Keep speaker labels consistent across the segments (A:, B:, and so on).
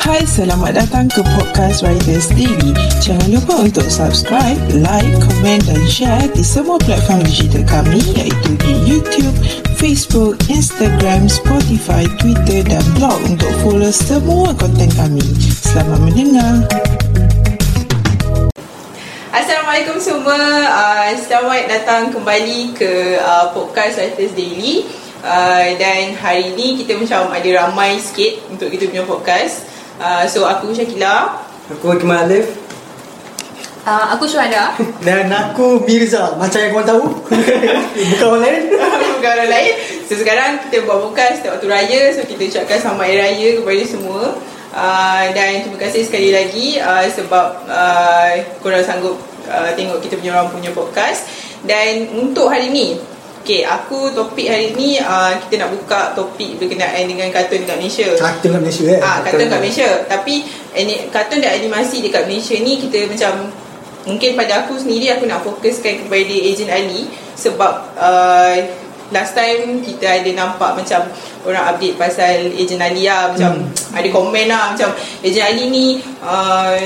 A: Hai, selamat datang ke Podcast Writers Daily. Jangan lupa untuk subscribe, like, komen dan share di semua platform digital kami iaitu di YouTube, Facebook, Instagram, Spotify, Twitter dan blog untuk follow semua konten kami. Selamat mendengar.
B: Assalamualaikum semua. Uh, selamat datang kembali ke uh, podcast Writers Daily. Uh, dan hari ni kita macam ada ramai sikit untuk kita punya podcast. Uh, so aku Syakila
C: Aku Akmal Alif
B: uh, Aku Syuhada
C: Dan aku Mirza Macam yang korang tahu Bukan orang lain
B: Bukan orang lain So sekarang kita buat podcast setiap waktu raya So kita ucapkan selamat hari raya kepada semua uh, Dan terima kasih sekali lagi uh, Sebab uh, korang sanggup uh, tengok kita punya orang punya podcast Dan untuk hari ni Okay, aku topik hari ni uh, kita nak buka topik berkenaan dengan kartun dekat Malaysia.
C: Kartun kat Malaysia eh
B: Ah, kartun kat Malaysia. Tapi ani, kartun dan animasi dekat Malaysia ni kita macam mungkin pada aku sendiri aku nak fokuskan kepada Agent Ali sebab uh, last time kita ada nampak macam orang update pasal Agent Ali lah macam ada komen lah macam Agent Ali ni uh,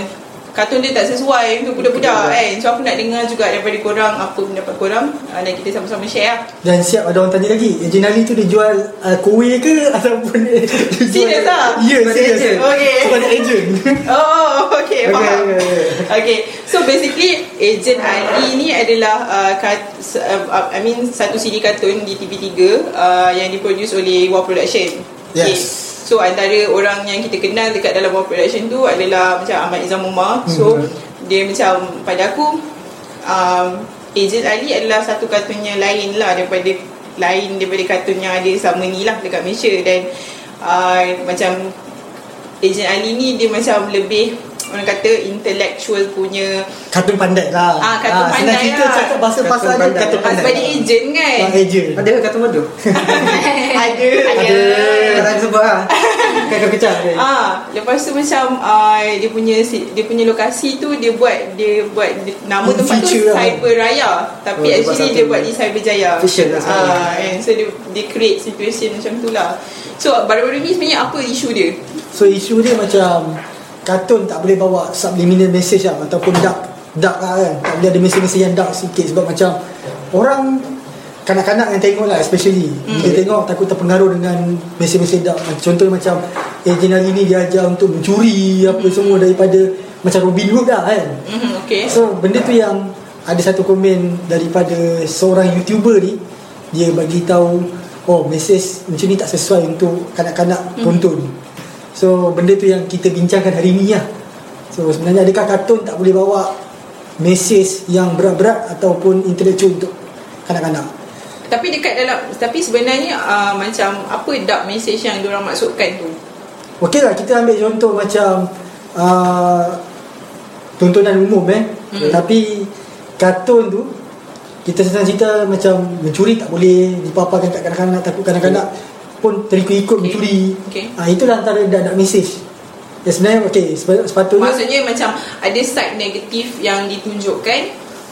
B: kartun dia tak sesuai untuk budak-budak kan. So aku nak dengar juga daripada korang apa pendapat korang uh, dan kita sama-sama share lah.
C: Dan siap ada orang tanya lagi Ejen Ali tu dia jual uh, kuih ke Ataupun dia jual-
B: Serious ah?
C: Ya
B: Sebagai
C: serius
B: ejen. Okay.
C: Sebagai ejen
B: Oh, okay,
C: Okay,
B: faham. Okay,
C: okay,
B: so basically Agent Ali ni adalah uh, kat, s- uh, uh, I mean satu siri kartun di TV3 uh, yang diproduce oleh Wow Production.
C: Yes.
B: So antara orang yang kita kenal dekat dalam Wow Production tu adalah macam Ahmad Izamuma. So
C: Hmm.
B: dia macam pada aku um, Agent Ali adalah satu kartun yang lain lah daripada lain daripada kartun yang ada selama ni lah dekat Malaysia dan uh, macam Agent Ali ni dia macam lebih orang kata intellectual punya
C: Kartun pandai lah
B: Ah, kartun
C: senang
B: pandai
C: cerita
B: lah.
C: cakap bahasa
D: Kartun
C: pasal dia
D: pandai.
C: Kartun
D: Ah,
C: pandai
B: sebab dia agent kan
C: Bang ejen
D: Ada ke kata bodoh?
B: ada
C: Ada ah.
D: Tak ada sebut lah
C: Kakak kecang dia.
B: Ah, lepas tu macam uh, dia punya si- dia punya lokasi tu dia buat dia buat dia- nama
C: Dia
B: tempat tu
C: feature lah.
B: Cyber Raya tapi
D: Hmm, Oh, dia buat
B: actually
D: satu
B: dia buat di Cyber Jaya.
D: Fiction lah sebenarnya.
B: Ah, and so dia, dia create situation macam tu lah. So baru-baru ni sebenarnya apa isu dia?
C: So isu dia macam Kartun tak boleh bawa subliminal message lah Ataupun dark Dark lah kan Tak boleh ada message-message yang dark sikit Sebab macam Orang Kanak-kanak yang tengok lah especially mm. Dia tengok takut terpengaruh dengan Message-message dark Contohnya macam Ejen hari ni dia ajar untuk mencuri Apa semua daripada Macam Robin Hood lah kan
B: Mhm, okay.
C: So benda tu yang ada satu komen daripada seorang YouTuber ni dia bagi tahu oh message macam ni tak sesuai untuk kanak-kanak tonton. So benda tu yang kita bincangkan hari ni lah. So sebenarnya adakah kartun tak boleh bawa message yang berat-berat ataupun intellectual untuk kanak-kanak?
B: Tapi dekat dalam tapi sebenarnya uh, macam apa dark message yang diorang maksudkan tu?
C: Okey lah kita ambil contoh macam uh, Tontonan umum eh
B: Hmm.
C: hmm. Tapi kartun tu Kita senang cerita macam Mencuri tak boleh Dipaparkan kat kanak-kanak Takut kanak-kanak pun terikut-ikut
B: Okey.
C: mencuri
B: Okey.
C: Ah, Itulah antara dark, dark message Ya sebenarnya okey sepa- sepatutnya
B: Maksudnya macam ada side negatif yang ditunjukkan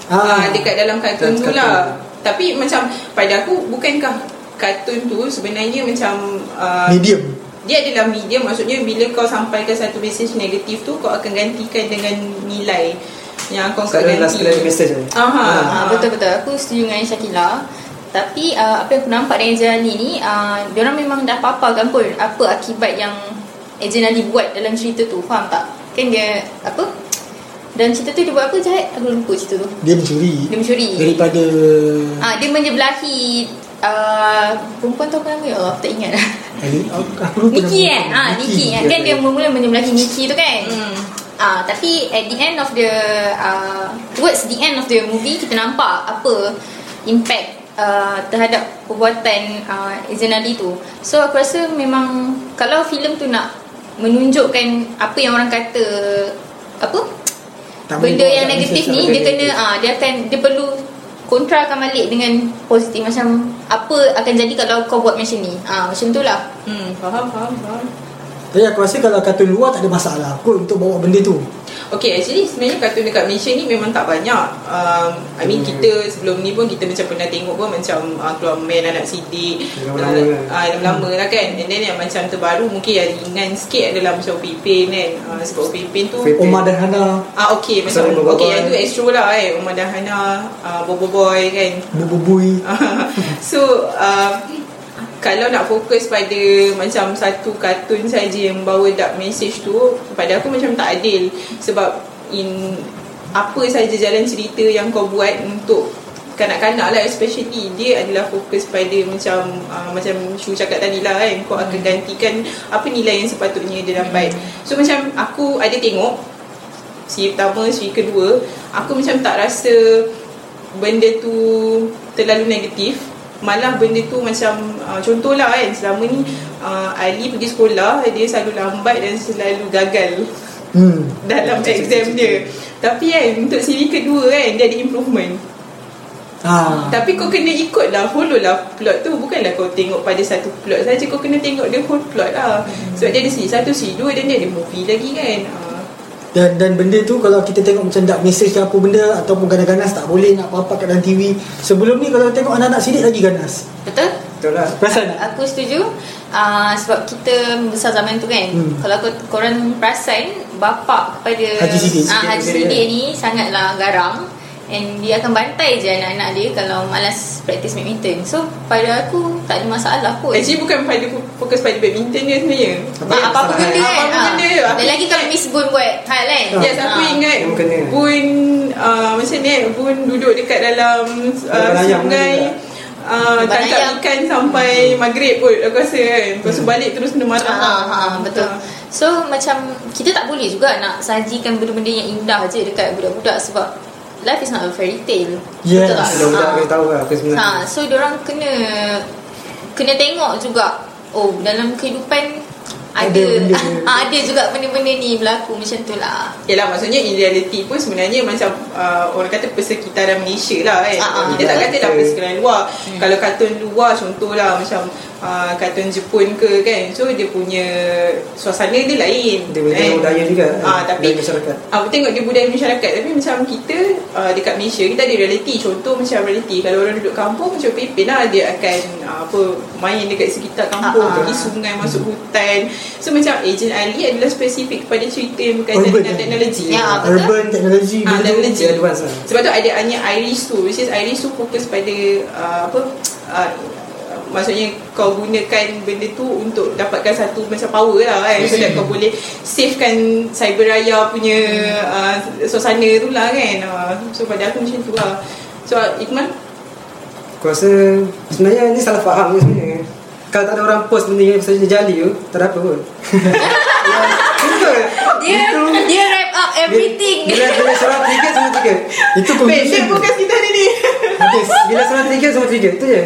B: ah.
C: Ah.
B: dekat dalam kartun
D: Dalam
B: tu
D: kartun.
B: lah. Tapi macam pada aku bukankah kartun tu sebenarnya macam uh,
E: ah,
C: medium
B: dia adalah medium maksudnya bila kau sampaikan satu message negatif tu kau akan gantikan dengan nilai yang kau
D: Kat
B: akan
D: dalam last kali ada
B: ganti.
D: message ni
B: Aha,
E: Ah, betul betul. Aku setuju dengan Syakila. Tapi uh, apa yang aku nampak dari Ejen Ali ni, uh, diorang memang dah paparkan pun apa akibat yang Ejen Ali buat dalam cerita tu. Faham tak? Kan dia apa? Dan cerita tu dia buat apa jahat? Aku lupa cerita tu.
C: Dia mencuri
E: Dia mencuri.
C: Daripada
E: Ah, dia menjebelahi uh, perempuan tu apa nama ya Allah? Aku tak ingat.
C: Ali- aku- Aku lupa
E: Niki
C: nama
E: kan? Ah, Niki.
C: Niki.
E: Kan dia mula-mula menjebelahi Niki tu kan?
B: Hmm.
E: Ah, tapi at the end of the uh, towards the end of the movie kita nampak apa impact uh, terhadap perbuatan uh, Ezen Ali tu. So aku rasa memang kalau filem tu nak menunjukkan apa yang orang kata apa
C: Tak boleh
E: benda
C: bawa
E: yang
C: dark
E: negatif
C: message,
E: ni
C: tak
E: dia
C: boleh.
E: kena ah dia akan dia perlu kontrakan balik dengan positif macam apa akan jadi kalau kau buat macam ni. Ah macam tu lah.
B: Hmm, faham faham faham.
C: Tapi aku rasa kalau kartun luar tak ada masalah kot untuk bawa benda tu
B: Okay actually sebenarnya kartun dekat Malaysia ni memang tak banyak um, I mean kita sebelum ni pun kita macam pernah tengok pun macam uh, keluar man anak sidik
D: Lama-lama
B: uh,
D: kan?
B: uh, lama-lama lah kan and then yang macam terbaru mungkin yang ringan sikit adalah macam Pipin kan uh, sebab Pipin tu
D: Opipin.
C: Omar dan Hana
B: Ah okay macam
D: Pasal Bobo
B: okay
D: Boy.
B: yang tu extra lah eh Umar Dahana uh, Bobo Boy kan
C: Bububui
D: Ah.
B: so uh, kalau nak fokus pada macam satu kartun saja yang bawa dark message tu pada aku macam tak adil sebab in apa saja jalan cerita yang kau buat untuk kanak-kanak lah especially dia adalah fokus pada macam uh, macam Shu cakap tadi lah kan kau akan gantikan apa nilai yang sepatutnya dia dapat so macam aku ada tengok siri pertama, siri kedua aku macam tak rasa benda tu terlalu negatif malah benda tu macam uh, contohlah kan selama ni uh, Ali pergi sekolah dia selalu lambat dan selalu gagal
C: hmm.
B: dalam exam dia tapi kan untuk siri kedua kan dia ada improvement
C: Ah.
B: tapi kau kena ikut lah Follow lah plot tu Bukanlah kau tengok pada satu plot saja Kau kena tengok the whole plot lah
E: Hmm.
B: Sebab dia ada siri satu, siri dua Dan dia ada movie lagi kan Ah.
C: Dan dan benda tu kalau kita tengok macam dark message ke apa benda ataupun ganas-ganas tak boleh nak apa-apa kat dalam TV. Sebelum ni kalau tengok anak-anak sidik lagi ganas.
E: Betul?
D: Betul lah
C: Perasan tak?
E: Aku setuju uh, Sebab kita besar zaman tu kan
C: Hmm.
E: hmm. Kalau kau, korang perasan Bapak kepada
C: Haji Siddiq. ya.
E: Ah, Haji
D: Siddiq
E: Siddiq
D: dia.
E: ni sangatlah garang And dia akan bantai je anak-anak dia Kalau malas praktis badminton So pada aku tak ada masalah pun
B: Actually bukan pada fokus pada badminton dia sebenarnya.
E: Ah, Apa-apa
D: Apa-apa
E: benda kan
B: eh. Apa-apa
E: Ah.
B: benda je.
E: Dan lagi kalau Miss Boon buat hal kan
B: Yes, aku
E: Ah.
B: ingat
D: Yang kena.
B: Bun uh, macam ni eh, Bun duduk dekat dalam uh,
D: Dalam layang
B: sungai
D: pun
B: uh,
E: Dalam
B: tangkap
E: layang.
B: ikan sampai maghrib pun aku rasa kan. Lepas tu balik terus kena marah.
E: Ah, ah, ah, betul. So macam kita tak boleh juga nak sajikan benda-benda yang indah je dekat budak-budak sebab life is not a fairy tale.
C: Yes.
E: Betul tak?
D: Sebelum budak
E: Ah.
D: kena tahu lah Apa
E: Ha,
D: sebenarnya
E: so diorang kena kena tengok juga. Oh, dalam kehidupan
C: Ada
E: ada
C: benda.
E: ah, ada juga benda-benda ni berlaku macam tu lah.
B: Yalah maksudnya in reality pun sebenarnya macam uh, orang kata persekitaran Malaysia lah kan.
E: Ah, ah.
B: Kita tak kata dah
D: Betul.
B: persekitaran luar. Kalau kartun luar contohlah macam uh, kartun Jepun ke kan. So dia punya suasana dia lain.
D: Dia punya
B: kan?
D: budaya juga eh,
B: Ah, tapi
D: budaya masyarakat
B: Aku tengok dia budaya masyarakat Tapi macam kita uh, Dekat Malaysia Kita ada reality Contoh macam reality Kalau orang duduk kampung Macam Pepin lah Dia akan uh, apa Main dekat sekitar kampung
E: Ah, ah.
B: Pergi sungai Masuk hutan So macam Agent Ali adalah spesifik Kepada cerita yang
D: Kan
B: berkaitan
C: Urban.
B: dengan teknologi
E: Ya,
B: Ah,
E: betul.
C: Urban technology
B: Ah,
C: benda tu.
B: dan-
D: Dia advance lah
B: Sebab tu ada Anya Iris tu Which is Iris tu fokus pada uh, Apa uh, Maksudnya kau gunakan benda tu untuk dapatkan satu macam power lah kan So that kau boleh savekan Cyberaya punya uh, suasana tu lah kan uh, So pada aku macam tu lah So Iqman
D: Aku rasa Sebenarnya ni salah faham je sebenarnya Kalau tak ada orang post benda yang Pasal jali tu Tak ada apa pun Ya, Betul
E: Dia dia wrap up everything.
D: Bila, bila serang tiga semua tiga
C: Itu
B: Babe,
C: conclusion.
B: babe fokus kita ni ni
D: Habis Bila serang tiga semua tiga Itu je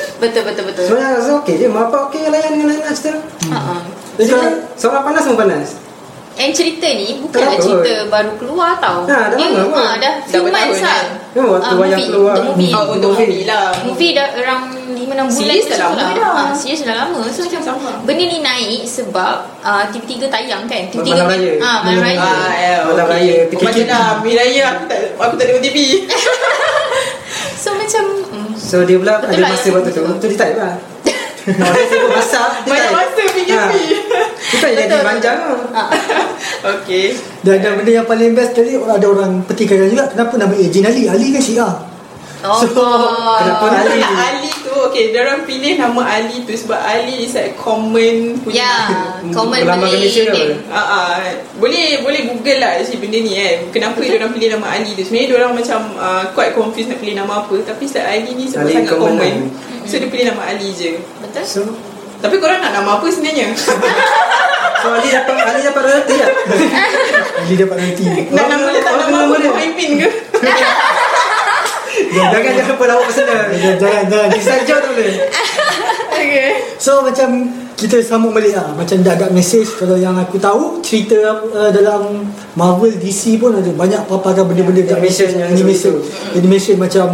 E: betul betul betul.
D: Sebenarnya aku rasa okey je Mapa okey layan dengan lain macam tu
E: Ha, ah.
D: Jadi seorang panas semua panas
E: And cerita ni bukanlah
D: Kenapa?
E: cerita baru keluar tau.
D: Ha, dah
E: Dia-
D: lama pun.
E: ha, dah few
B: Dah bertahun
E: months lah.
B: kan?
D: Ya, waktu
E: Ah,
D: wayang
E: movie.
D: keluar
E: The movie.
B: Oh untuk movie lah
E: Movie dah around 5-6 bulan
B: Series dah
E: macam tu
B: lama
E: lah.
B: dah.
E: ha, Series dah lama So macam
B: Sama.
E: Benda ni naik sebab uh, Tiba-tiga tayang kan Tiba-tiga
D: Malam raya.
E: ha, Malam raya
B: Ah, ya,
D: Malam raya,
B: okay.
D: PKK.
B: Macam dah, Hari Raya aku tak, aku tak ada OTP
E: So macam mm,
D: So dia pula
E: Betul
D: ada
E: lah,
D: masa
E: yang
D: waktu tu
E: betul.
D: Tu dia type lah Nah, dia sibuk masak dia
B: Banyak
D: type.
B: masa
D: Ah.
B: PKP
D: Kita jadi
E: Betul.
D: panjang lah
E: ha.
B: Okay
C: Dan, dan benda yang paling best tadi ada orang petikan juga kenapa nama Ejen Ali? Ali kan Syiah.
E: Oh
C: So,
D: kenapa
E: God.
D: Ali?
B: Ali. Ali tu okay, orang pilih nama Ali tu sebab Ali is like common punya.
E: Ya Common Eh,
D: Ulama
E: Malay
D: Malaysia ke
E: name.
D: apa?
B: Ah, ah, boleh boleh Google lah actually benda ni kan. Kenapa dia orang pilih nama Ali tu? Sebenarnya dia orang macam uh, quite confused nak pilih nama apa tapi sebab Ali ni sebab
D: Ali
B: sangat
D: common
B: common.
D: lah.
B: So dia pilih nama Ali je.
E: Betul
D: So
B: Tapi korang nak nama apa sebenarnya?
D: So Ali dapat Ali dapat royalty lah
C: Ali dapat nanti.
B: nak nama letak
D: Orang
B: nama
D: nama
B: apa
D: dia.
B: Muhaimin ke?
D: Jangan jangan lupa lawak personal
C: Jangan jangan. jangan.
D: Disajar tak boleh
B: okay.
C: So macam kita sambung balik lah Macam dah ada message Kalau yang aku tahu Cerita uh, dalam Marvel DC pun ada Banyak paparan benda-benda
B: Ya,
C: dark message,
D: Animation yang
C: Animation
D: macam
C: Animation macam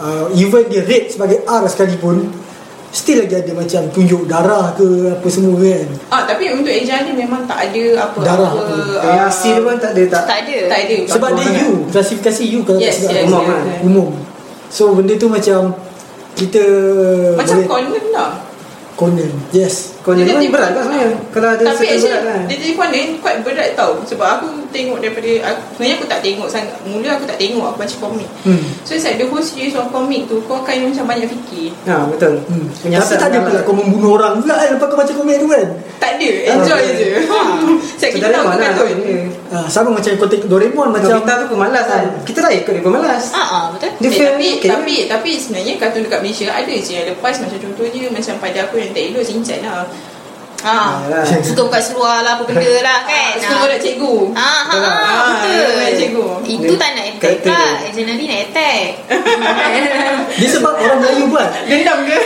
C: uh, Even dia rate sebagai R sekalipun still lagi ada macam tunjuk darah ke apa semua kan
B: Ah tapi untuk Ejali memang tak ada apa
C: Darah
B: apa.
C: apa.
B: ah,
D: Reaksi dia pun tak ada tak.
E: Tak ada.
B: tak ada.
C: sebab dia
D: Sangat.
C: U klasifikasi U kalau
B: kan? Yes,
C: tak
B: yes,
C: silap
B: yes,
D: umum kan?
B: yes.
C: umum so benda tu macam kita
B: Macam
C: boleh-
B: Conan lah.
C: Conan yes
D: Kau ni
B: Dia
D: pun
B: telefon-
D: berat kat sebenarnya. Kalau ada
B: Tapi
D: sekian
B: actually
D: berat kan.
B: Dia telefon ni Quite berat tau Sebab aku tengok daripada aku, Sebenarnya aku tak tengok sangat Mula aku tak tengok Aku baca komik
C: Hmm.
B: So it's like the whole series of komik tu Kau akan macam banyak fikir
D: Ha betul.
C: Hmm. Tapi
D: Menyasar
C: tak ada pula
D: sangat.
C: kau membunuh orang pula kan lepas kau baca komen tu kan
B: Tak ada Enjoy
D: Ah, lah,
B: je ha. Sebab kita tahu tu
D: mana
B: kan
C: Ah, sama macam kau tengok Doraemon
D: Macam
C: macam Hmm.
D: kita tu pemalas kan. Kita tak ikut dia pemalas.
E: Ah, ah, betul.
D: Dia
B: Eh,
D: fail
B: tapi,
D: okay.
B: tapi tapi sebenarnya kartun dekat Malaysia ada je yang lepas macam contohnya macam pada aku yang tak elok Shinchan lah. Ha.
D: Yalah.
E: Suka buka Ah. seluar lah apa benda lah kan.
B: Kan. Semua nak cikgu.
E: Ah, ah,
D: Betul lah.
E: ah, betul.
B: Ah, cikgu.
E: Itu tak nak attack
D: Character
E: lah.
D: dia.
E: Ejen Ali nak attack.
C: dia sebab orang Melayu buat
B: Dendam ke?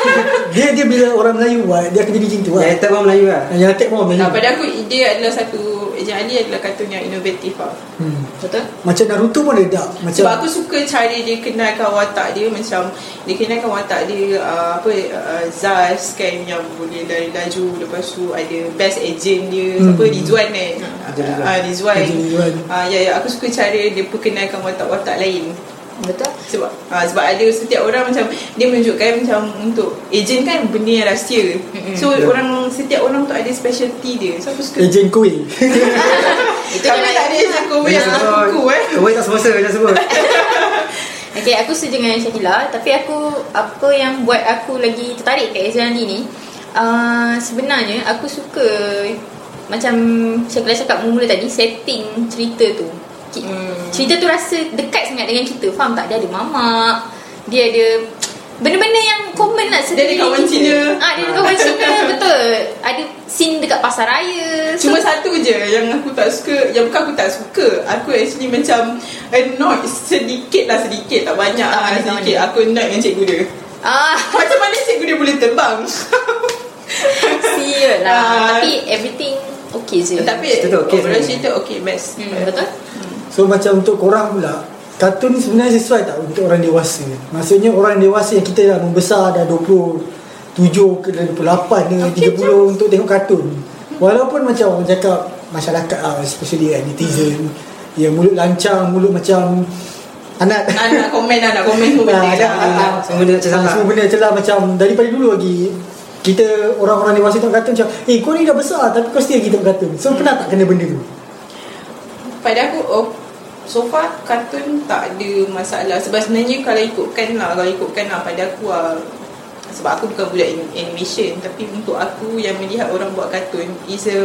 C: dia dia bila orang Melayu buat dia akan jadi macam tu
D: Ya
C: lah
D: itu orang Melayu lah.
C: yang attack orang Melayu
B: Nah, Ah, pada aku dia adalah satu Ejen Ali adalah kartun yang inovatif lah.
C: hmm.
E: Betul?
C: macam Naruto pun ada dark macam
B: Sebab aku suka cara dia kenalkan watak dia macam dia kenalkan watak dia uh, apa uh, Zaz kan yang boleh lari laju lepas tu ada best agent dia
C: Hmm.
B: siapa Rizwan kan. Ah uh, Rizwan.
C: Agent Rizwan.
B: Ah ya ya aku suka cara dia perkenalkan watak-watak lain.
E: Betul?
B: Sebab ha, sebab ada setiap orang macam dia menunjukkan macam untuk ejen kan benda yang rahsia.
E: Mm-mm.
B: So
C: Ya.
D: Yeah.
B: orang setiap orang tu ada specialty dia. So aku suka.
C: Ejen Kuih
E: Itu
B: Tapi tak ada ejen kowe yang Oh, aku eh.
D: Kau tak semasa macam sebut.
E: Okay, aku setuju dengan Syakila Tapi aku, apa yang buat aku lagi tertarik kat Ezra Andi ni uh, Sebenarnya aku suka Macam Syakila cakap mula tadi Setting cerita tu Ki-
B: Hmm.
E: Cerita tu rasa dekat sangat dengan kita Faham tak? Dia ada mamak Dia ada Benda-benda yang common lah
B: Dia ada
E: sekeliling
B: kawan
E: kita.
B: Cina. Hmm.
E: Ah, Dia ada kawan Cina, betul Ada scene dekat pasar raya So,
B: Cuma satu je yang aku tak suka Yang bukan aku tak suka Aku actually macam Annoyed sedikit lah sedikit Tak banyak
E: Tak
B: lah
E: banyak, tak
B: sedikit
E: banyak.
B: Aku annoyed dengan cikgu dia
E: ah,
B: Macam mana cikgu dia boleh terbang
E: Sial lah
B: Ah.
E: Tapi everything okay je
B: Tapi
D: cerita tu okey
B: Orang
D: sebenarnya.
B: cerita okay best
E: hmm, Betul?
C: so macam untuk korang pula kartun ni sebenarnya sesuai tak untuk orang dewasa maksudnya orang dewasa yang kita dah membesar dah 27 ke 28 ke
B: Okay,
C: 30 untuk tengok kartun walaupun macam orang cakap masyarakat lah especially kan netizen
B: Hmm.
C: yang mulut lancang mulut macam anak
B: Nak nak komen lah Nak komen semua
C: Ah,
B: penting
C: ada, ada.
B: lah
D: Semua benda macam
C: Ah,
D: sama.
C: Semua benda celah macam daripada dulu lagi kita orang-orang dewasa tengok kartun macam eh kau ni dah besar tapi kau still lagi tengok kartun so pernah tak kena benda tu
B: Pada aku oh, So far kartun tak ada masalah Sebab sebenarnya kalau ikutkan lah Kalau ikutkan lah pada aku lah Sebab aku bukan budak anim- animation Tapi untuk aku yang melihat orang buat kartun Is a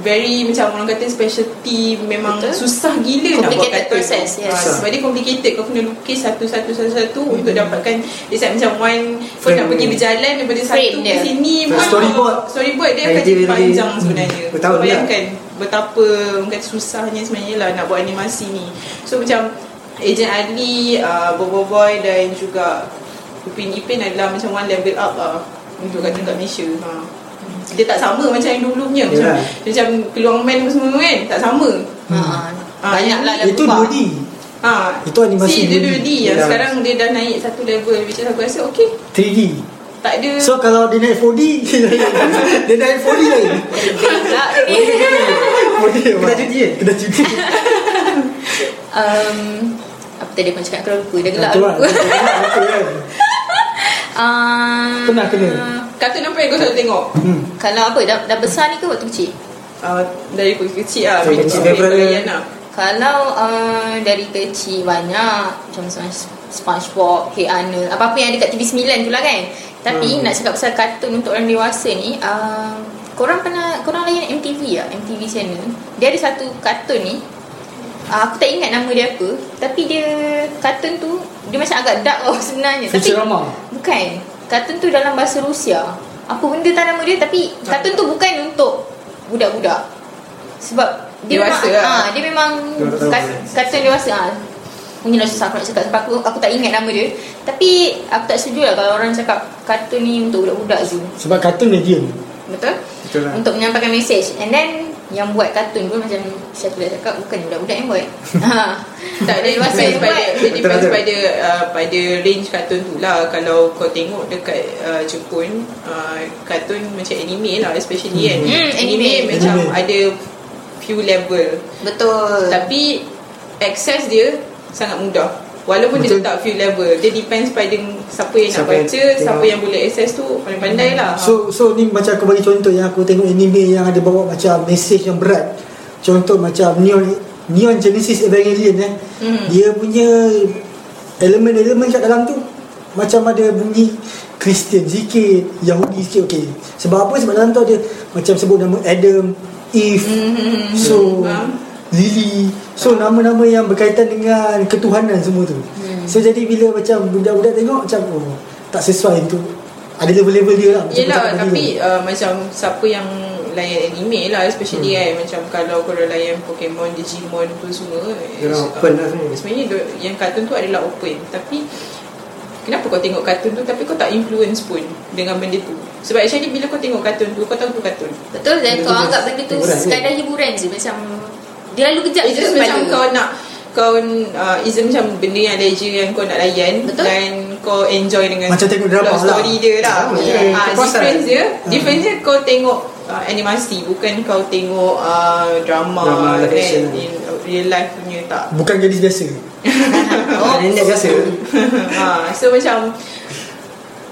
B: Very macam orang kata specialty Memang
E: Betul.
B: Betul. susah gila nak buat
E: Complicated
B: kartun
E: process, yes.
B: Ah, Sebab dia complicated Kau kena lukis satu-satu satu-satu hmm. Untuk dapatkan It's like macam one Kau
D: Frame
B: nak pergi berjalan Daripada
E: Frame
B: satu
E: dia.
B: ke sini
D: Betul.
B: pun-
C: Storyboard.
B: Storyboard dia akan
D: Idea
B: jadi
D: dia.
B: panjang
D: Hmm.
B: sebenarnya
D: Aku tahu
B: Kau
D: juga.
B: Bayangkan betapa orang kata susahnya sebenarnya lah nak buat animasi ni. So macam Ejen Ali, uh, Bobo Boy dan juga Upin Ipin adalah macam one level up lah untuk kat tingkat Malaysia. Ha. Dia tak sama macam yang dulu punya. Macam,
D: Yalah.
B: macam peluang man apa semua kan tak sama.
E: Hmm.
B: Ah,
E: Banyak
B: yang
E: lah dah
C: itu
E: berubah.
C: 2D
B: Ha.
C: Itu animasi
B: Si, dia
C: dulu.
B: dulu dia.
D: Yalah.
B: Sekarang dia dah naik satu level which is aku rasa okay.
C: 3D
B: Tak ada
C: so kalau dia naik 4D dia naik 4D lain
E: Pula
C: 4D
E: ni.
D: Kedai judi kan?
C: kedai judi
E: um, Apa tadi aku nak cakap Aku dah lupa Dah gelap
C: Betul lah.
E: aku
C: Betul kan?
E: Ah,
C: Pernah kena?
B: kartun apa yang kau selalu tengok?
C: Hmm.
E: Kalau apa dah, dah besar ni ke waktu kecil
B: Uh, dari aku kecil lah.
D: Dari kecil, daripada-
B: Yana.
E: Kalau uh, dari kecil banyak Macam Sponge, Spongebob Hey Arnold Apa-apa yang ada kat TV9 tu lah kan Tapi nak cakap pasal kartun untuk orang dewasa ni uh, Korang pernah Korang layan MTV lah MTV channel Dia ada satu kartun ni uh, Aku tak ingat nama dia apa Tapi dia Kartun tu Dia macam agak dark lah sebenarnya Tapi
C: Futurama.
E: Bukan Kartun tu dalam bahasa Rusia Apa benda tak nama dia Tapi Kartun tu bukan untuk Budak-budak Sebab dia
B: Dewasa
E: memang,
B: lah.
E: ah, dia memang
D: Dia orang tak tahu
E: kat,
D: apa.
E: Kartun dewasa ah. Mungkin dah susah aku nak cakap sebab aku, aku tak ingat nama dia Tapi aku tak setuju lah kalau orang cakap kartun ni untuk budak-budak je
C: sebab kartun medium
E: Betul?
D: Betul lah.
E: Untuk menyampaikan mesej And then yang buat kartun pun macam Syakila cakap bukan budak-budak yang buat ha.
B: Tak dia
E: Dewasa
B: depends
E: yang
B: pada
E: buat.
B: dia depends
D: Betul, betul.
B: pada uh, pada range kartun tu lah kalau kau tengok dekat uh, Jepun uh, kartun macam anime lah especially kan
E: Hmm,
B: anime,
E: anime.
B: macam
C: Anime.
B: ada few level
E: betul
B: tapi access dia sangat mudah walaupun dia
D: Betul.
B: letak few level dia depends pada siapa yang nak
D: Siapa yang
B: baca
D: tengok. Hmm.
B: siapa yang boleh access tu pandai-pandai lah
C: So so ni macam aku bagi contoh yang aku tengok anime yang ada bawa macam message yang berat. Contoh macam Neon Neon Genesis Evangelion eh.
B: Hmm.
C: Dia punya elemen-elemen kat dalam tu macam ada bunyi Kristian sikit, Yahudi sikit okey. Sebab apa? Sebab dalam tu ada macam sebut nama Adam, Eve,
B: Mhm.
C: so
B: Faham?
C: Lily. So nama-nama yang berkaitan dengan ketuhanan semua tu.
B: Hmm.
C: So jadi bila macam budak-budak tengok macam oh tak sesuai untuk ada level-level dia lah. Macam aku
B: Yelah
C: cakap tadi
B: tapi
C: tu.
B: uh, macam siapa yang layan anime lah especially hmm. kan macam kalau korang layan Pokemon, Digimon tu semua
D: Dia orang
B: eh,
D: open lah sebenarnya.
B: sebenarnya dia- yang kartun tu adalah open tapi kenapa kau tengok kartun tu tapi kau tak influence pun dengan benda tu sebab actually bila kau tengok kartun tu kau tahu tu kartun
E: betul dan
D: Benda
E: kau
D: tu
E: anggap
D: just
E: benda tu
D: hiburan je.
E: sekadar hiburan je macam dia lalu kejap
B: It's Eh,
E: je
B: just
E: kepala.
B: macam kau nak kau uh, it's just macam benda yang leisure yang kau nak layan
E: Betul.
B: dan kau enjoy dengan
C: Macam tengok drama
B: plot story
C: lah.
B: dia lah.
D: Sama
E: je.
B: Yeah. Ah,
D: Kepuasan.
B: difference dia,
C: Hmm.
B: difference dia kau tengok uh, animasi bukan kau tengok uh, drama,
D: Drama live
B: kan,
D: action.
B: in real life punya tak.
C: bukan gadis biasa.
D: Oh. Nenek biasa.
B: ha, so macam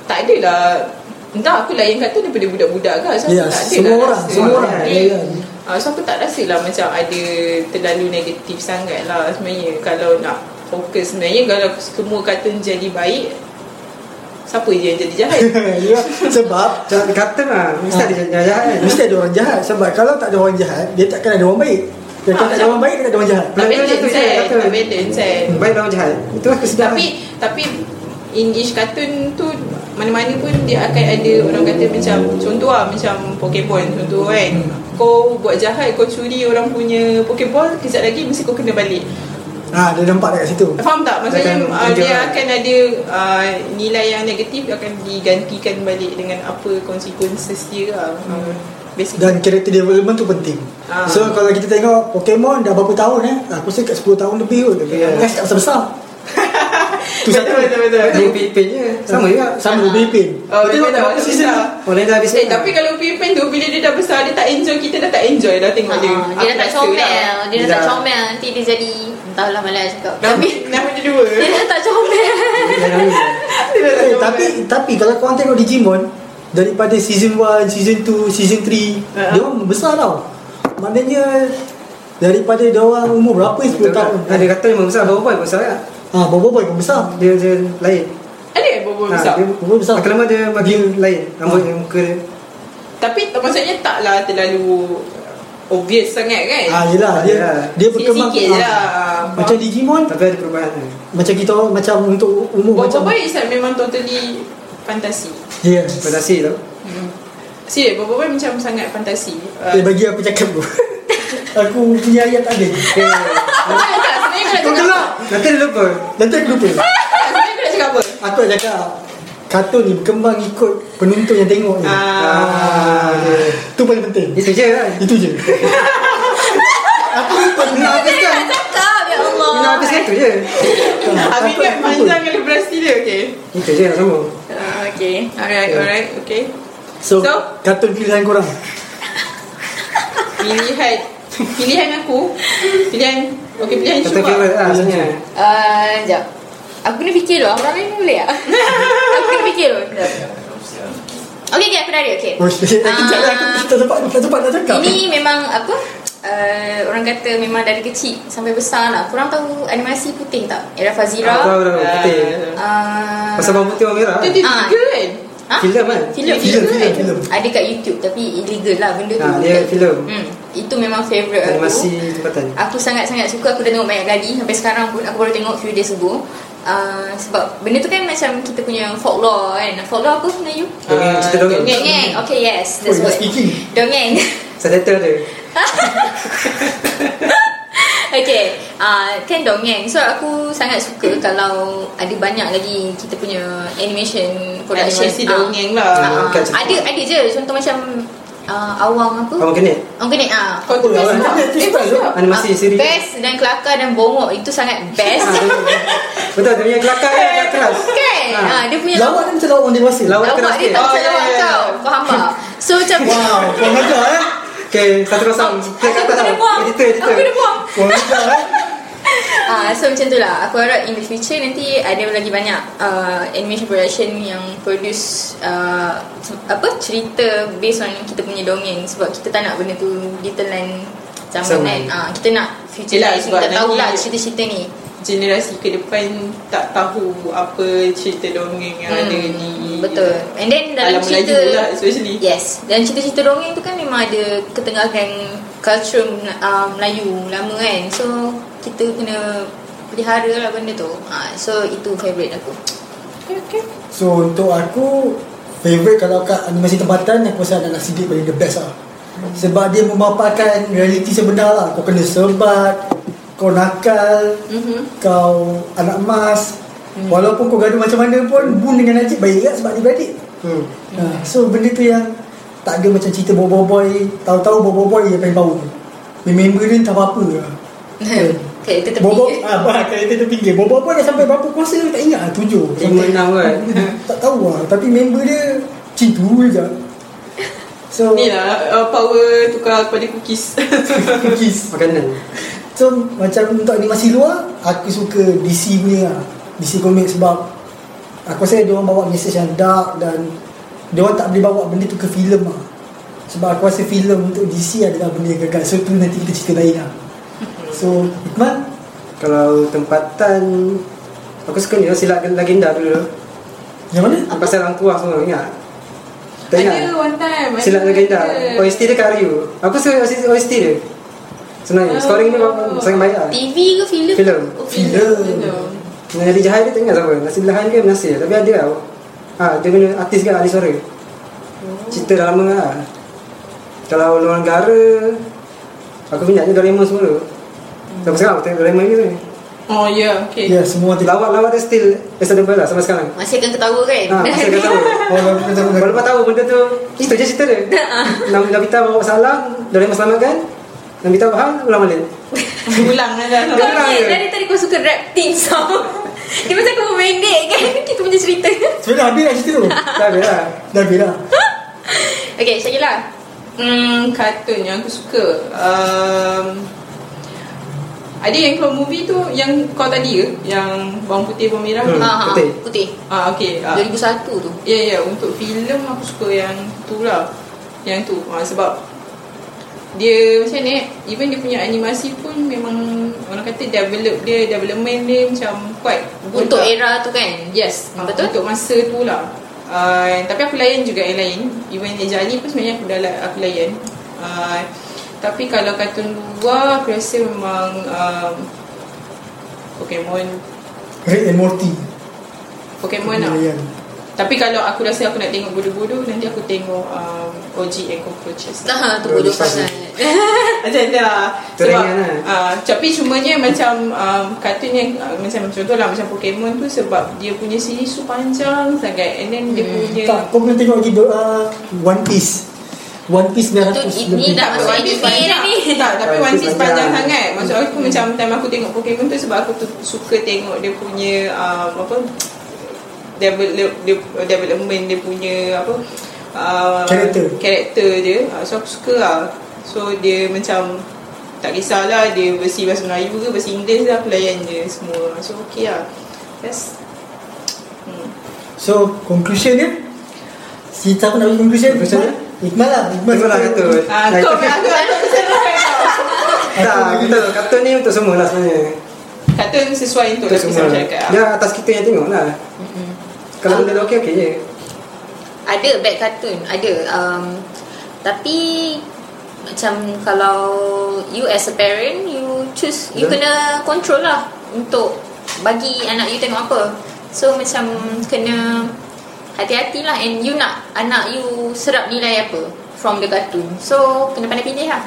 B: tak adalah entah aku layan kata daripada budak-budak ke so
C: Ya,
B: aku tak
C: semua
B: adalah
C: orang,
B: rasa.
C: semua orang
D: Ada.
C: layan.
B: Ah, so aku tak rasa lah macam ada terlalu negatif sangat lah sebenarnya kalau nak fokus sebenarnya kalau semua kartun jadi baik siapa je yang jadi jahat
C: Ya, sebab
D: Jangan kata lah. Mesti
C: Ah.
D: ada jalan jahat kan.
C: mesti ada orang jahat sebab kalau tak ada orang jahat dia takkan ada orang baik. Dan
B: Ah,
C: kalau tak ada
B: macam-
C: orang baik dia tak ada orang jahat.
B: tak
D: Belakang tu
B: balance
D: saya
B: kan
D: kata.
B: tak balance kan
D: Baik lawan jahat. Itu lah aku sedar.
B: tapi tapi English cartoon tu mana-mana pun dia akan ada orang kata macam contoh lah macam Pokeball contoh kan kau buat jahat kau curi orang punya Pokeball kejap lagi mesti kau kena balik
C: Ha, dia nampak dekat situ.
B: Faham tak? Maksudnya
D: Akan
B: uh,
C: lah.
B: dia
D: menjual.
B: akan ada uh, nilai yang negatif akan digantikan balik dengan apa consequences dia lah. Hmm. Basically.
C: Dan character development tu penting
B: Ah.
C: So kalau kita tengok Pokemon dah berapa tahun eh Aku rasa kat 10 tahun lebih kot
D: Ya.
C: yeah. Bukan kat besar-besar Tu satu
D: Dia pipinnya. Sama juga.
C: Sama lebih pin
B: Oh, dia dah
C: berapa
B: macam
C: season
B: besar.
D: Orang Oh, dah habis. kan?
B: Eh, tapi kalau Pimpin tu bila dia dah besar dia tak enjoy kita dah tak enjoy dah tengok
E: Ha,
B: dia.
E: dia dah tak comel dia dah tak
D: Dah.
E: comel nanti dia jadi entahlah malas cakap
B: Tapi nama dia dua.
E: dia dah tak comel
D: Dia dah habis. kan?
B: Dia dah tak
C: Eh,
B: comel.
C: tapi tapi kalau korang tengok Digimon daripada season 1, season 2, season 3
B: Ah.
C: dia orang besar tau. Maknanya daripada dia orang umur berapa 10 tahun.
D: Ada kata memang besar. Bawa boy besar kan.
C: Ah, bobo boy pun besar.
D: Dia dia lain.
B: ada yang bobol
D: Ah,
B: besar. Ha.
D: dia
C: Bobo besar.
D: Makin lama dia makin lain. Rambut dia, muka dia.
B: Tapi eh, maksudnya taklah terlalu obvious sangat kan?
C: Ah, yelah dia
D: Yelah.
C: dia berkembang.
B: Sikit-sikit je lah.
C: Ah. Macam Digimon
D: Tapi ada perubahan.
C: macam kita orang- macam untuk umur macam
B: Bobo Boy is like memang totally fantasi.
C: Ya.
D: Fantasi tau.
B: Serius, Bobo Boy macam sangat fantasi. Uh,
C: Eh, bagi aku cakap tu. aku punya ayat tak ada.
B: tak, tak, tak. Sebenarnya kau nak
C: Kau
B: cakap
C: gelak.
D: Nanti dia lupa.
C: Nanti aku lupa.
B: Sebenarnya kau nak cakap apa?
C: Aku nak cakap kartun ni berkembang ikut penonton yang tengok ni.
B: Ah.
C: Tu paling penting.
D: Itu je kan.
C: Itu je. Aku lupa
D: Nak
C: nak
E: dia
D: habiskan. eh.
E: nak cakap ya Allah
D: Nak habiskan itu je.
B: Habis kan panjang kali berasi dia, okay?
D: Itu je lah nak sama.
B: Eh,
E: Ah, okay
B: Alright, alright, okay.
C: So,
B: So?
C: kartun pilihan korang.
B: Pilihan, pilihan aku, pilihan, okay, pilihan
D: Kata favorite
B: Syuwa.
D: lah sebenarnya.
E: Ah, Sekejap Aku kena fikir dulu Orang lain boleh tak? aku kena fikir dulu Sekejap. Okay, okay, aku dah ada okay.
C: Oh, shit.
E: Ah.
C: Kejap lah, aku tak sempat, tak sempat nak cakap.
E: Ini memang apa uh, Orang kata memang dari kecil Sampai besar lah Korang tahu animasi putih tak? Era Fazira
D: Aku tahu dah. Putih.
E: Ah,
D: Pasal bawang putih orang merah.
B: Itu dia
E: Ah.
B: tiga kan?
E: ha?
D: Filem
E: Filem
D: kan?
C: Filem, filem, filem.
E: Ada kat YouTube Tapi illegal lah benda tu
D: Ah, dia filem.
E: hmm, Itu memang favourite aku
D: Animasi tempatan.
E: Aku sangat-sangat suka Aku dah tengok banyak kali Sampai sekarang pun Aku baru tengok few days ago uh, Sebab benda tu kan macam Kita punya folklore kan Folklore apa Melayu?
D: Dongeng, cerita dongeng.
E: Dongeng eh? Okay yes
C: Oh,
E: That's
C: you're
E: what
C: speaking.
E: Dongeng
D: Subtitle dia.
E: Okay uh, Kan dongeng So aku sangat suka Kalau ada banyak lagi Kita punya animation Production
B: Animasi
E: Ah.
B: dongeng lah.
E: Ah,
D: Bukan cerita.
E: ada ada je contoh macam uh, awang apa?
D: Kamu kena
E: Organik ah.
B: Kau tu
C: Apa lah,
B: best
C: kan?
B: Eh,
C: Cepat tu.
B: best
D: Animasi
E: Ah,
D: siri
E: Best dan kelakar dan bongok itu sangat best.
D: Betul dia punya kelakar dia agak keras
E: kan?
D: Ah.
E: Ah, dia punya
C: Lawak dia macam lawak orang dewasa
D: Lawak keras
E: lawak dia
D: sikit.
E: tak
B: Oh,
E: macam
B: ya,
E: lawak
B: ya, ya.
E: kau. Faham tak? So macam
C: Wow Kau ngajar eh
D: Okay satu kosong Kita
E: Aku
D: kata
E: kena
D: tau.
E: buang
D: Editor
E: Aku
D: editor
E: kena buang
C: Kau ngajar eh
E: Ah, so macam tu lah Aku harap in the future nanti Ada lagi banyak uh, Animation production yang produce uh, se- Apa Cerita based on kita punya dongeng Sebab kita tak nak benda tu Ditelan
D: Zaman.
E: Zamanan ah, Kita nak future
B: Yelah,
E: lah
B: sebab
E: Kita tahu lah
B: nanti-
E: cerita-cerita ni
B: Generasi ke depan Tak tahu Apa cerita dongeng Yang ada di
E: Hmm, Betul And then
B: Alam
E: dalam cerita
B: Melayu lah Especially
E: Yes Dan cerita-cerita dongeng tu kan Memang ada ketengahkan Culture uh, Melayu Lama kan So Kita kena Pelihara lah benda tu uh, So itu favourite aku
C: So untuk aku Favorite kalau kat animasi tempatan Aku rasa adalah Sidik paling the best lah Sebab dia memaparkan realiti sebenar lah Kau kena sebat Kau nakal
E: mm-hmm.
C: Kau anak emas Walaupun kau gaduh macam mana pun Boon dengan Najib baik kan sebab dia beradik
D: Hmm.
C: ha, So benda tu yang Tak ada macam cerita boy-boy Tahu-tahu boy-boy yang paling bau Member dia tak apa-apa lah
E: Karakter
C: Bobo
E: terpikir
C: ah, bah, karakter terpinggir Bobo pun dah sampai berapa kuasa tak ingat lah, Tujuh
D: Lima enam kan
C: tak tahu lah Tapi member dia Cintu je So
B: Ni lah uh, Power tukar kepada cookies
C: Cookies
D: Makanan
C: So macam untuk animasi luar Aku suka DC punya lah DC comic sebab Aku rasa dia orang bawa message yang dark Dan Dia orang tak boleh bawa benda tu ke filem lah Sebab aku rasa filem untuk DC adalah benda yang gagal So tu nanti kita cerita lain lah So Iqbal
D: Kalau tempatan Aku suka ni oh, silat legenda dulu
C: Yang mana?
D: Yang Pasal orang tua semua ingat Tak ingat
B: Ada one time ada-
D: Silat legenda
B: ada.
D: OST dia kat Rio Aku suka OST, OST dia Senang
B: Oh.
D: Scoring dia sangat baik lah
E: TV ke filem?
D: Filem.
E: Oh,
C: Filem.
D: Yang jadi jahat dia tak ingat siapa Nasir Lahan ke Nasir Tapi ada lah ha, Dia punya artis kan ahli suara Cerita dah lama lah Kalau luar negara Aku minat je Doraemon semua tu Sampai sekarang aku tengok Doraemon lagi tu
B: Oh yeah okay
C: Ya yeah, semua tengok
D: Lawak-lawak dia still Acceptable lah sampai sekarang
E: Masih akan ketawa kan?
D: Ha, masa kau tahu
C: Walaupun kau tahu-
D: Walaupun tahu benda tu Itu je cerita dia Nam- Nabita bawa salam Doraemon selamatkan Nabita faham Ulang balik
B: Ulang lah dah
E: Kau
D: Orang
E: ni
D: je.
E: dari tadi kau suka rap theme song Dia macam kau memendek kan Kita punya cerita
C: Sebenarnya habis dah cerita tu
D: Tak habis lah
C: Dah habis dah
E: Okay lah. Syakila
B: Hmm, kartun yang aku suka um, Ada yang keluar movie tu Yang kau tadi ke? Yang Bawang Putih Bawang Merah tu?
D: Hmm,
E: Ha, ha,
D: putih. Ha.
E: Putih
B: Ah, okay ah.
E: 2001 tu
B: Ya ya untuk filem aku suka yang tu lah. Yang tu. Ha, sebab dia macam ni even dia punya animasi pun memang orang kata develop dia development dia macam quite good
E: Untuk
B: lah.
E: era tu kan
B: Yes,
E: Ah,
B: betul.
E: betul.
B: Untuk masa tu lah. Uh, tapi aku layan juga yang lain. Even Eja Ali pun sebenarnya aku dah la- aku layan. Uh, tapi kalau kartun luar aku rasa memang um, Pokemon
C: Rick and Morty
B: Pokemon lah.
C: Layan.
B: Tapi kalau aku rasa aku nak tengok bodoh-bodoh Nanti aku tengok um, OG and Cockroaches
E: Ha, tu bodoh pasal
B: Macam tu lah
D: Tu
B: Sebab
D: ringan lah.
B: uh, Tapi cumanya macam um, Kartun yang uh, Macam contoh lah Macam Pokemon tu Sebab dia punya series tu panjang sangat And then dia punya
C: Tak, kau belum tengok lagi uh, One Piece One Piece 900
E: Itu ini
C: lebih
E: dah
B: Tak,
E: masuk
B: One
E: ini
B: Piece
E: ni
B: panjang.
E: dah ni.
B: Tak, tapi
D: One
B: One
D: Piece
B: Piece panjang
D: panjang.
B: sangat Maksud aku macam Time aku tengok Pokemon tu Sebab aku tu suka tengok Dia punya um, Apa develop, dia, Development dia punya Apa uh,
C: Character.
B: Karakter dia Ah, So aku suka lah So dia macam Tak kisahlah Dia versi bahasa Melayu ke Bahasa Inggeris lah Aku layan je semua So okay lah Yes hmm.
C: So, conclusion dia Cerita aku nak bagi conclusion
D: Conclusion
C: Iqbal Iqbal lah Iqbal
D: Tengok lah kata
B: Ah, kau aku aku aku senang.
D: Tak kan? Ah, betul Kartun ni untuk semua lah sebenarnya
B: Kartun sesuai untuk
D: Untuk
B: lapisan
D: semua
B: masyarakat lah.
D: Dia atas kita yang tengok lah Kalau benda dah okey okey je
E: Ada bad cartoon Ada um, Tapi Macam kalau You as a parent You choose You
D: Betul.
E: kena control lah Untuk Bagi anak you tengok apa So macam Kena Hati-hati lah And you nak Anak you Serap nilai apa From the cartoon So Kena pandai pilih lah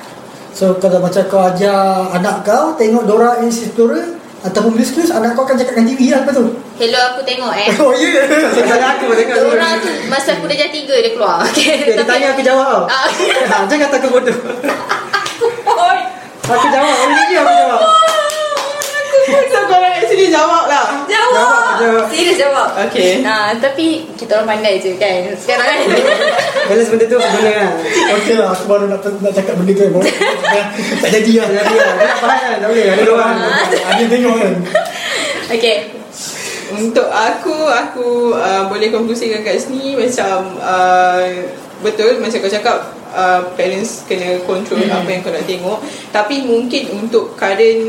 C: So, kalau macam kau ajar anak kau Tengok Dora and Explorer Ataupun Blue's Clues Anak kau akan cakap dengan TV lah lepas tu
E: Hello aku tengok eh
C: Oh ya yeah.
D: Salah aku pun tengok
E: Orang tu masa aku dah jadi tiga dia keluar okay.
D: Dia tanya aku jawab tau
E: Ah.
D: Ah, Jangan kata aku bodoh
E: Oi.
D: Aku jawab Only dia aku jawab
B: So korang actually jawab lah
E: Jawab
D: Jawab, jawab.
E: Serius jawab
B: Okay.
E: Nah tapi kita orang pandai je kan Sekarang kan
D: Balance benda tu aku guna lah
C: Okey lah Aku baru nak, nak cakap benda tu yang baru- Tak jadi lah
D: Jadi lah Dia nak faham kan Tak boleh Ada orang
C: Ada tengok kan
E: Okay
B: Untuk aku Aku uh, boleh konklusikan kat sini Macam uh, Betul macam kau cakap uh, Parents kena control
D: Hmm.
B: apa yang kau nak tengok Tapi mungkin untuk current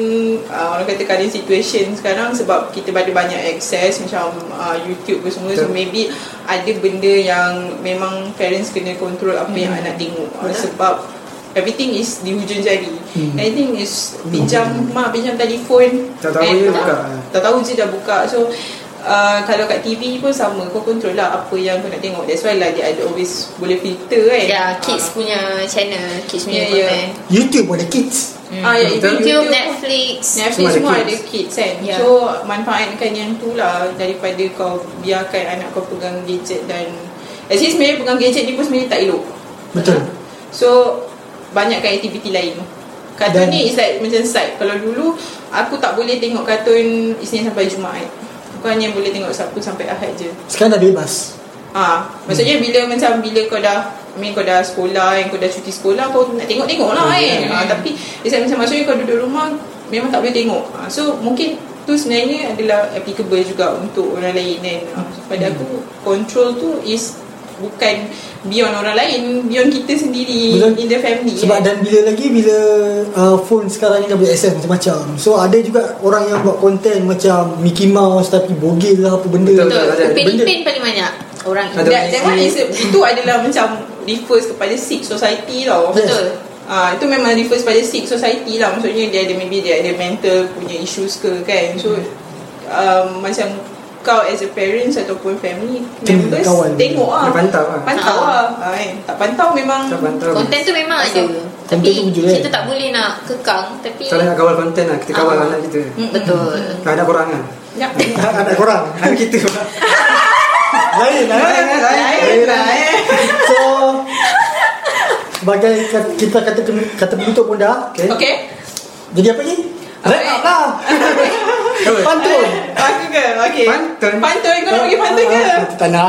B: uh, Orang kata current situation sekarang Sebab kita ada banyak access Macam uh, YouTube ke semua So
D: Betul.
B: maybe ada benda yang Memang parents kena control apa yang
D: Hmm.
B: anak tengok uh, Sebab Everything is di hujung jari Anything is Pinjam Mak pinjam telefon
D: Hmm. Tak tahu
B: And
D: je
B: tak-
D: buka.
B: tak tahu je dah buka So uh, Kalau kat TV pun sama Kau control lah Apa yang kau nak tengok That's why lah Dia ada always Boleh filter kan
E: Ya kids punya channel Kids punya
B: Ya, ya.
E: konten
C: YouTube ada kids
E: Hmm.
B: Ah, ya, even YouTube,
E: YouTube, Netflix
B: Netflix semua
D: Semua ada
B: ada kids kan
E: Ya.
B: So manfaatkan yang tu lah Daripada kau Biarkan anak kau pegang gadget dan Actually sebenarnya pegang gadget ni pun sebenarnya tak elok
C: Betul
B: So Banyakkan aktiviti lain Kartun
C: Dan-
B: ni is like macam side Kalau dulu Aku tak boleh tengok kartun Isnin sampai Jumaat Aku hanya boleh tengok Sabtu sampai Ahad je
C: Sekarang dah bebas
B: Ha,
C: Hmm.
B: maksudnya bila macam bila kau dah I mean kau dah sekolah kan Kau dah cuti sekolah Kau nak tengok-tengok lah
C: Hmm,
B: kan ha, Tapi it's like macam maksudnya kau duduk rumah Memang tak boleh tengok ha, So mungkin tu sebenarnya adalah applicable juga Untuk orang lain kan ha, so, Pada aku
C: Hmm.
B: control tu is Bukan beyond orang lain Beyond kita sendiri
C: Betul.
B: In the family
C: Sebab
B: kan.
C: dan bila lagi bila uh, phone sekarang ni dah boleh access macam-macam So ada juga orang yang buat konten macam Mickey Mouse tapi bogel lah apa benda
D: Betul,
E: Betul
D: ada- ada
E: Upin-ipin paling banyak Orang
D: Ada
E: India
B: That, that one is Itu adalah macam Refers kepada sick society tau
C: Yes.
E: Betul
B: Ah itu memang refers pada sick society lah maksudnya dia ada maybe dia ada mental punya issues ke kan so
D: Hmm.
B: um, macam kau as a parents ataupun family
C: Kena
B: members
C: kawal.
B: tengok ah
D: Dia pantau lah
B: pantau
E: Ah.
B: ah ha, kan? tak pantau memang
D: Tak pantau
E: Konten tu memang ada
C: Konten
E: Tapi
C: tu wujud,
D: kan?
C: eh?
E: kita tak boleh nak kekang Tapi
D: Soalnya nak kawal konten lah Kita kawal
E: Ah.
D: anak kita
B: Mm-mm.
E: Betul
D: Tak ada korang lah
B: Yap.
C: Anak korang
D: Kita
C: Lain lah
D: Lain lah
B: Lain lah eh
C: So Sebagai kat- kita kata kata penutup pun dah
D: Okay
B: okay
C: Jadi apa ni? Wrap up lah Pantun
B: aku ke okay
D: Pantun.
B: pantun kau nak pergi pantun ke
C: Ah, Tak nak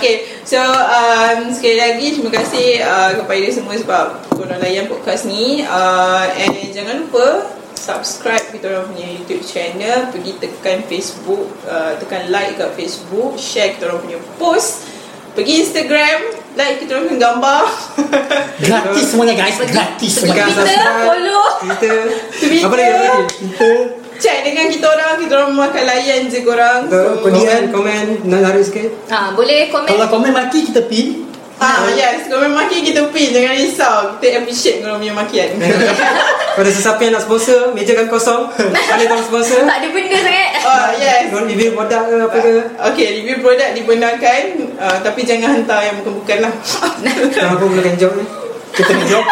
B: Okay So um, Sekali lagi Terima kasih uh, Kepada semua sebab Korang layan podcast ni uh, And jangan lupa Subscribe kita orang punya YouTube channel Pergi tekan Facebook uh, Tekan like kat Facebook Share kita orang punya post Pergi Instagram Like kita orang punya gambar
C: Gratis semuanya guys Gratis
D: Tekan
E: Kita
D: subscribe.
E: follow.
D: Kita
B: Twitter.
D: Apa lagi apa lagi
C: Kita
B: Chat dengan kita orang Kita orang makan layan je korang
D: Kita Kodian kan? Komen Nak tarik sikit
E: ha, Boleh komen
C: Kalau komen maki kita pin
B: Ah yes, korang maki kita pin Jangan risau Kita appreciate korang punya makian
D: Kalau ada sesiapa yang nak sponsor Meja kan kosong Ada tolong sponsor
E: Tak ada benda sangat
D: Ah.
B: Oh yes
D: Korang review produk ke apa ke
B: Okay, review produk dibenarkan uh, Tapi jangan hantar yang bukan-bukan lah
D: Kalau aku mulakan job ni
C: Kita nak jawab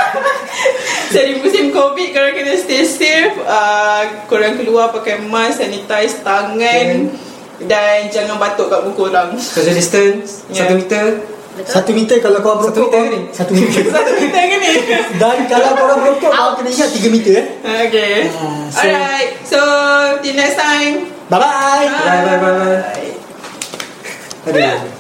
B: Jadi musim COVID, korang kena stay safe uh, Korang keluar pakai mask, sanitize tangan Dan jangan batuk kat muka orang
D: Social distance
B: Yeah.
D: Satu meter
C: Satu meter kalau korang
D: Satu
C: berokok
D: meter ni.
C: Satu meter
B: Satu kita ke ni?
C: Dan kalau korang berokok Korang kena ingat tiga meter eh
B: Okay
C: Ah, so-
B: Alright, so till next time
C: Bye bye
D: Bye bye bye bye Aduh